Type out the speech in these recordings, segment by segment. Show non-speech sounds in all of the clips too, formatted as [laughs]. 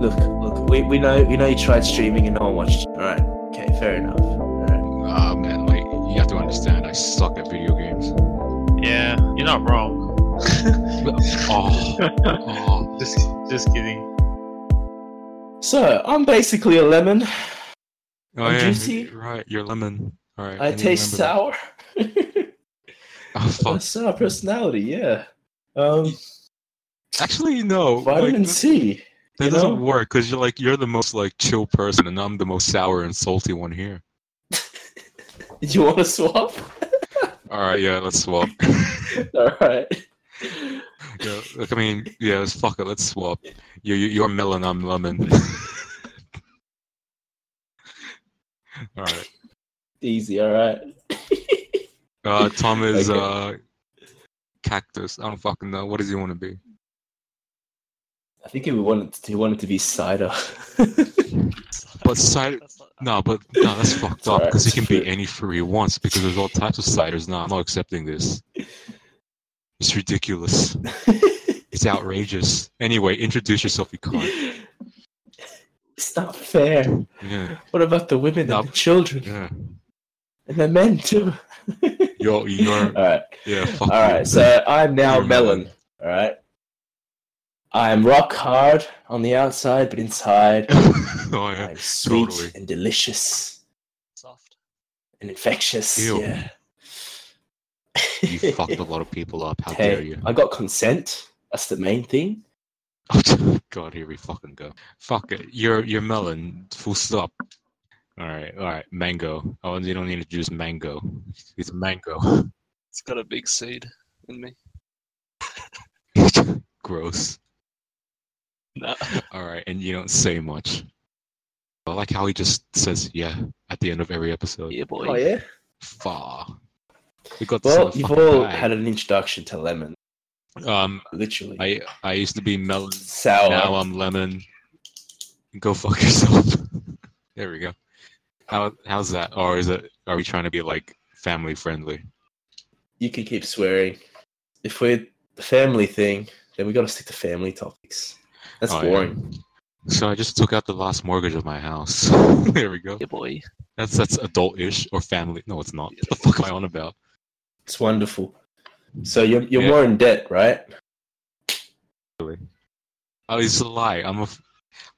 look, look. We, we know you know you tried streaming and no one watched. All right. Okay. Fair enough. All right. Ah man, like you have to understand, I suck at video games. Yeah, you're not wrong. Oh, oh. Just, just kidding. So I'm basically a lemon. oh I'm yeah, juicy. you're Right, you're lemon. All right. I, didn't taste sour. remember [laughs] that. Oh A [laughs] fuck. sour personality. Yeah. Um, Actually, no. like, vitamin that- C. that you doesn't know? work because you're like you're the most like chill person, and I'm the most sour and salty one here. You want to swap? [laughs] All right, yeah, let's swap. [laughs] All right. yeah, like, I mean, yeah, let's fuck it, let's swap. You, you, you're melon, I'm lemon. [laughs] All right. Easy. All right. Uh, Tom is Okay. uh, cactus. I don't fucking know. What does he want to be? I think he wanted he wanted to be cider. But cider, no, but no, that's fucked up Sorry, because he it's can be true. any fruit he wants because there's all types of ciders. No, I'm not accepting this. It's ridiculous. It's outrageous. Anyway, introduce yourself, you cunt. [laughs] it's not fair. Yeah, What about the women No. and the children yeah. and the men [laughs] too? You're, you're, [laughs] All right. yeah, fuck Uh, All you. right. So I'm now You're melon. All right. I am rock hard on the outside, but inside [laughs] [laughs] oh, yeah. I'm sweet totally. and delicious Soft. and infectious. Ew. Yeah. You fucked a [laughs] lot of people up. How dare Hey, you? I got consent. That's the main thing. Oh, [laughs] God, here we fucking go. Fuck it. You're you're melon. Full stop. All right, all right. Mango. Oh, and you don't need to introduce mango. It's mango. [laughs] It's got a big seed in me. [laughs] Gross. Nah. [laughs] All right, and you don't say much. I like how he just says yeah at the end of every episode. Yeah, boy. Oh yeah. Far. We got this in Well, the you've fucking all bag. had an introduction to lemon, Um, literally. I I used to be melon. Sour. Now I'm lemon. Go fuck [laughs] yourself. there we go. How how's that? Or is it? Are we trying to be like family friendly? you can keep swearing. If we're the family thing, then we got to stick to family topics. That's Oh, yeah. boring. So I just took out the last mortgage of my house. [laughs] there we go. Yeah, boy. That's that's adult-ish or family. No, it's not. What the fuck am I on about? It's wonderful. So you're you're Yeah. more in debt, right? Oh, it's a lie. I'm a. f-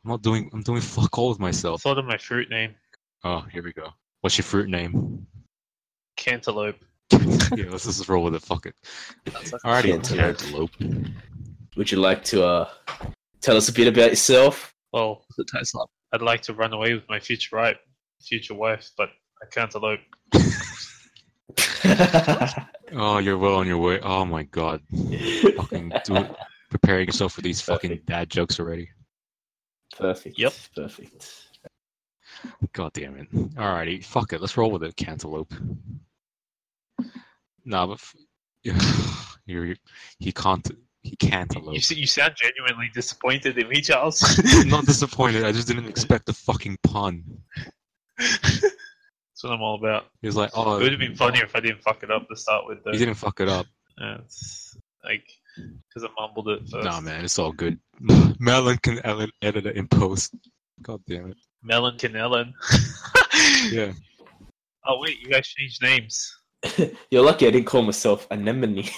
I'm not doing. I'm doing fuck all with I myself. thought of my fruit name, Oh, here we go. What's your fruit name? [laughs] cantaloupe. yeah, let's just roll with it. Fuck it. That's like Alrighty, Cantaloupe. cantaloupe. Would you like to uh, tell us a bit about yourself? [laughs] Well, it tastes like? I'd like to run away with my future wife, future wife, but a cantaloupe. Oh, you're well on your way. Oh my god. fucking do it. preparing yourself for these fucking dad jokes already. Perfect. Yep. Perfect. God damn it. Alrighty, fuck it. Let's roll with it, cantaloupe. Nah, but f- [sighs] you're, he can't. He cantaloupe. You, see, you sound genuinely disappointed in [laughs] me, Charles. I'm not disappointed. I just didn't expect the fucking pun. That's what I'm all about. He was like, oh, It would have been funnier if I didn't fuck it up to start with, though. you didn't fuck it up. Uh, it's like, because I mumbled it first. Nah, man, it's all good. [laughs] Melon can edit edit it in post. God damn it. Melon [laughs] Canellan. Yeah. Oh, wait, you guys changed names. You're lucky I didn't call myself anemone.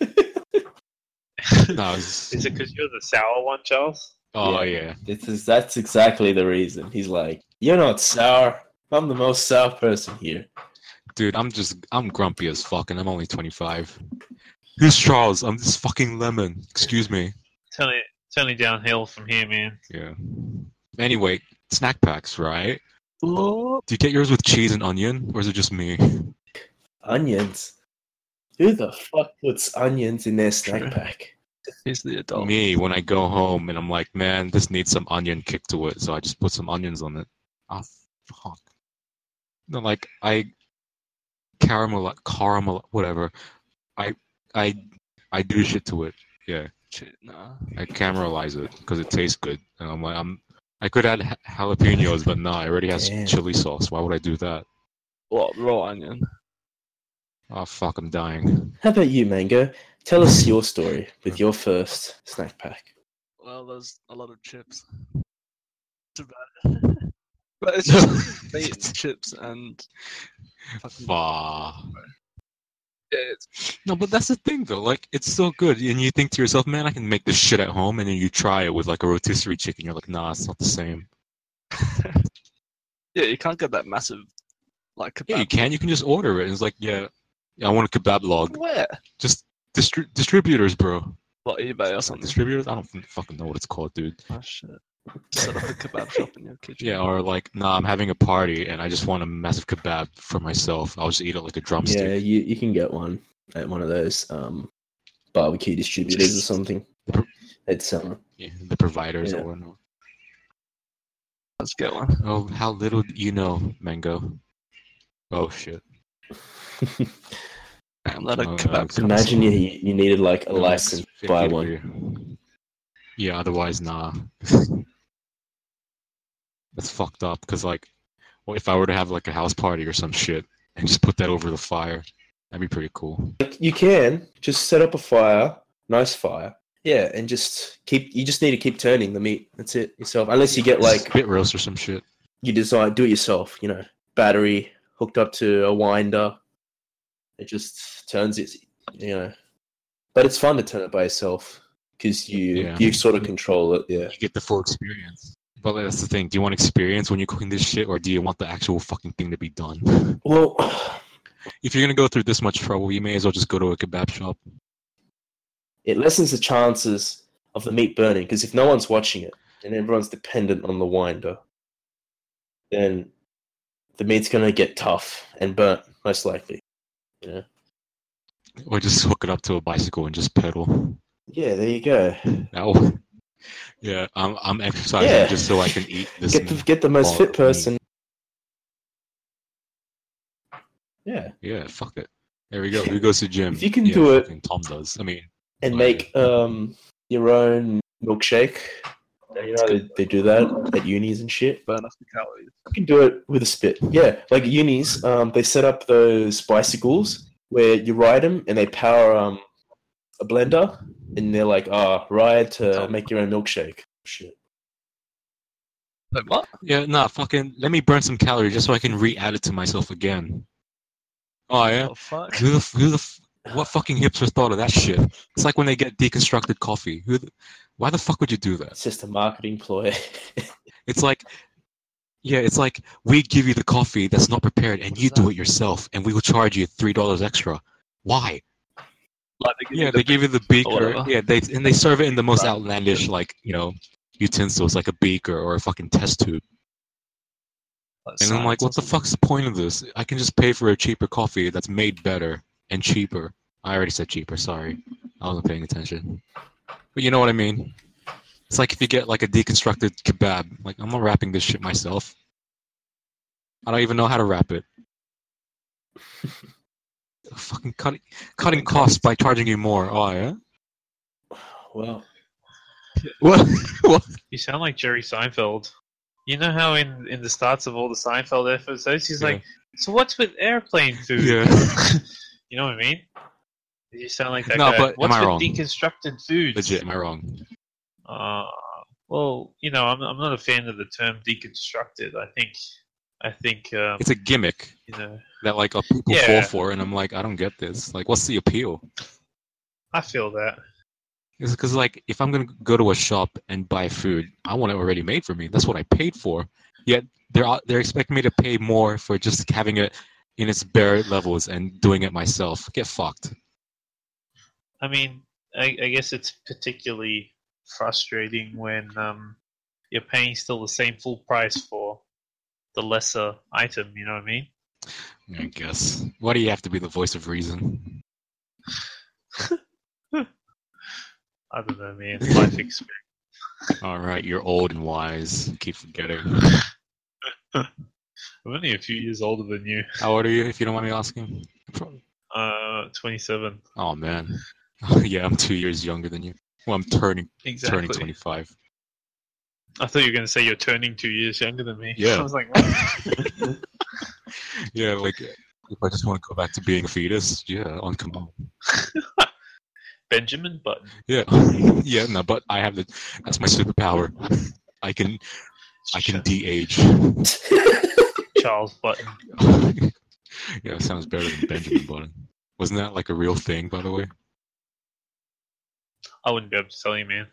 [laughs] No, it's, Is it because you're the sour one, Charles? oh, Yeah. yeah. This is that's exactly the reason. He's like, you're not sour. I'm the most sour person here. Dude, I'm just I'm grumpy as fuck, and I'm only 25. Who's Charles? I'm this fucking lemon. Excuse me. Turn it, turn it downhill from here, man. Yeah. Anyway, snack packs, right? Oh, Do you get yours with cheese and onion, or is it just me? Onions. Who the fuck puts onions in their snack pack? he's the adult. Me when I go home and I'm like, man, this needs some onion kick to it, so I just put some onions on it. Oh fuck. No, like I caramel, caramel, whatever. I I I do shit to it. Yeah. Shit, nah. I caramelize it because it tastes good, and I'm like, I'm. I could add ha- jalapenos, but nah, it already has Damn. chili sauce. Why would I do that? What, raw onion? Oh fuck, I'm dying. How about you, Mango? Tell us your story with your first snack pack. Well, there's a lot of chips. about it. [laughs] but it's [laughs] just meat and chips and fucking Fuck. yeah, it's No, but that's the thing though. Like, it's so good, and you think to yourself, "Man, I can make this shit at home," and then you try it with like a rotisserie chicken. You're like, "Nah, it's not the same." yeah, you can't get that massive like kebab. Yeah, you can. You can just order it. And it's like, yeah, yeah, I want a kebab log. Where? Just distri- distributors, bro. Like eBay or something. Distributors. I don't f- fucking know what it's called, dude. Oh shit. Set up a kebab shop in your kitchen. Yeah, or like, nah, I'm having a party and I just want a massive kebab for myself. I'll just eat it like a drumstick. Yeah, you, you can get one at one of those um, barbecue distributors or something. It's um, [laughs] Yeah, the providers Yeah. or whatnot. Let's get one. Oh, how little do you know, Mango. Oh shit. I'm not a Oh, kebab okay. imagine you you needed like a No, it's license to buy 50 one. degree. Yeah, otherwise, nah. [laughs] That's fucked up. Cause like, well, if I were to have like a house party or some shit and just put that over the fire, that'd be pretty cool. Like, you can just set up a fire, nice fire. Yeah, and just keep. You just need to keep turning the meat. That's it yourself. Unless you get like spit roast or some shit. you design, do it yourself. You know, battery hooked up to a winder. It just turns it. You know, but it's fun to turn it by yourself because you Yeah. you sort of control it. Yeah. You get the full experience. But like, that's the thing. Do you want experience when you're cooking this shit, or do you want the actual fucking thing to be done? [laughs] Well, [sighs] if you're gonna go through this much trouble, you may as well just go to a kebab shop. it lessens the chances of the meat burning because if no one's watching it and everyone's dependent on the winder, then the meat's gonna get tough and burnt most likely. Or just hook it up to a bicycle and just pedal. Yeah, there you go. No. [laughs] Yeah, I'm I'm exercising Yeah. just so I can eat this. Get the, meat. get the most Ball of fit meat. person. Yeah. yeah, fuck it. There we go. Who goes to gym? If you can Yeah, do it- fucking Tom does. I mean, and Like- make um your own milkshake. You know they, they do that at unis and shit. burn off the calories. You can do it with a spit. Yeah, like unis, um, they set up those bicycles where you ride them and they power um a blender and they're like, ah, ride to make your own milkshake. Shit. Like what? yeah, nah, fucking. Let me burn some calories just so I can re-add it to myself again. Oh yeah. Oh fuck. Who the, f- who the f- what fucking hipster thought of that shit? It's like when they get deconstructed coffee. Who, the, why the fuck would you do that? It's just a marketing ploy. [laughs] It's like, yeah, it's like we give you the coffee that's not prepared and What you is do that? it yourself, and we will charge you three dollars extra. Why? Like they give you Yeah, the they give you the beaker. whatever. Yeah, they and they serve it in the most Right. outlandish, like you know, utensils, like a beaker or a fucking test tube. like, And I'm like, sides or what the something. fuck's the point of this? I can just pay for a cheaper coffee that's made better and cheaper. I already said cheaper. Sorry, I wasn't paying attention. But you know what I mean. It's like if you get like a deconstructed kebab. Like I'm not wrapping this shit myself. I don't even know how to wrap [laughs] it. fucking cutting cutting costs by charging you more. Oh yeah. [laughs] well, What? what? You sound like Jerry Seinfeld. You know how in, in the starts of all the Seinfeld episodes, he's Yeah. like, "So what's with airplane food?" Yeah. [laughs] you know what I mean? You sound like that No, guy. but am what's I with wrong? deconstructed foods? Legit, am I wrong? Uh, well, you know, I'm I'm not a fan of the term deconstructed. I think I think um, It's a gimmick you know that like a people Yeah. fall for, and I'm like, I don't get this. Like, what's the appeal? I feel that. It's because like if I'm gonna go to a shop and buy food, I want it already made for me. That's what I paid for. Yet they're they're expecting me to pay more for just having it in its bare levels and doing it myself. Get fucked. I mean, I, I guess it's particularly frustrating when um, you're paying still the same full price for the lesser item. You know what I mean? I guess. Why do you have to be the voice of reason? I don't know, man. Life experience. All right, you're old and wise. Keep forgetting. I'm only a few years older than you. How old are you, if you don't mind me asking? Uh, 27. Oh man. [laughs] yeah, I'm two years younger than you. Well, I'm turning Exactly. turning 25. I thought you were going to say you're turning two years younger than me. Yeah. [laughs] I was like, what? Yeah, like if I just want to go back to being a fetus, yeah, on command. Benjamin [laughs] Button. Yeah, yeah, no, but I have the that's my superpower. I can I can [laughs] Ch- de-age. Charles Button. yeah, it sounds better than Benjamin Button. Wasn't that like a real thing, by the way? I wouldn't be able to tell you, man.